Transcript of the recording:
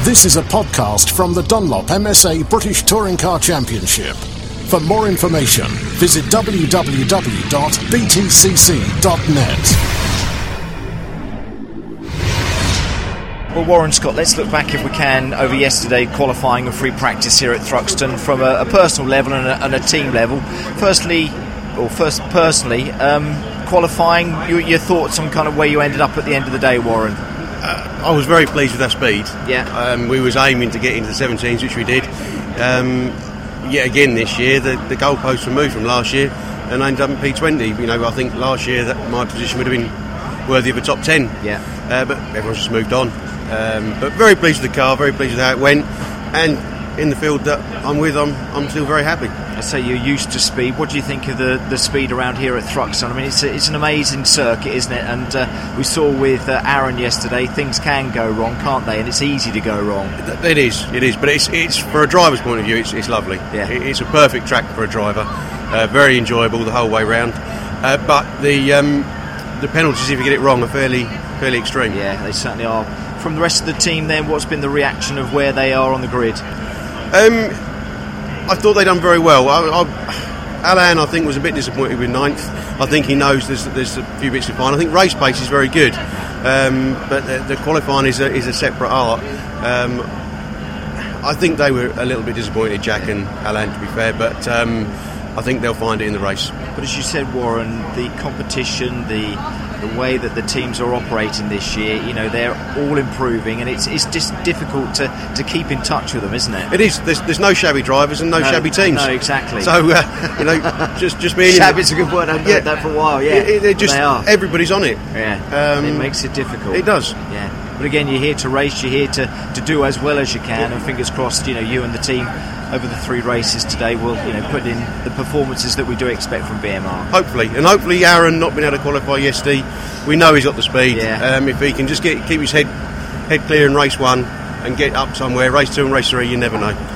This is a podcast from the Dunlop MSA British Touring Car Championship. For more information, visit www.btcc.net. Well, Warren Scott, let's look back if we can over yesterday qualifying and free practice here at Thruxton from a, a personal level and a, and a team level. Firstly, or first personally, um, qualifying, your, your thoughts on kind of where you ended up at the end of the day, Warren? I was very pleased with our speed. Yeah. Um, we was aiming to get into the 17s, which we did. Um, yet again this year, the, the goalposts were moved from last year and I ended up in P20. You know, I think last year that my position would have been worthy of a top 10. Yeah. Uh, but everyone's just moved on. Um, but very pleased with the car, very pleased with how it went. And in the field that I'm with, I'm, I'm still very happy. I say you're used to speed. What do you think of the, the speed around here at Thruxton? I mean, it's, a, it's an amazing circuit, isn't it? And uh, we saw with uh, Aaron yesterday, things can go wrong, can't they? And it's easy to go wrong. Th- It is, it is, but it's it's for a driver's point of view, it's, it's lovely. Yeah. It- it's a perfect track for a driver, uh, very enjoyable the whole way round. Uh, but the um, the penalties if you get it wrong are fairly fairly extreme. Yeah, they certainly are. From the rest of the team, then, what's been the reaction of where they are on the grid? Um, I thought they done very well. I, I, Alan, I think, was a bit disappointed with ninth. I think he knows there's, there's a few bits to find. I think race pace is very good, um, but the, the qualifying is a, is a separate art. Um, I think they were a little bit disappointed, Jack and Alan, to be fair, but um, I think they'll find it in the race. But as you said, Warren, the competition, the the way that the teams are operating this year, you know, they're all improving, and it's it's just difficult to, to keep in touch with them, isn't it? It is. There's, there's no shabby drivers and no, No, shabby teams. no, exactly. So uh, you know, just just me. and you. Shabby's a good word. I've heard Yeah. that for a while. Yeah, It- it- they're just they are. everybody's on it. Yeah, um, it makes it difficult. It does. Yeah, but again, you're here to race. You're here to, to do as well as you can, and fingers crossed, you know, you and the team over the three races today will, you know, put in the performances that we do expect from BMR. Hopefully, and hopefully Aaron not being able to qualify yesterday, we know he's got the speed. Yeah. Um, if he can just get keep his head head clear in race one and get up somewhere, race two and race three, you never know.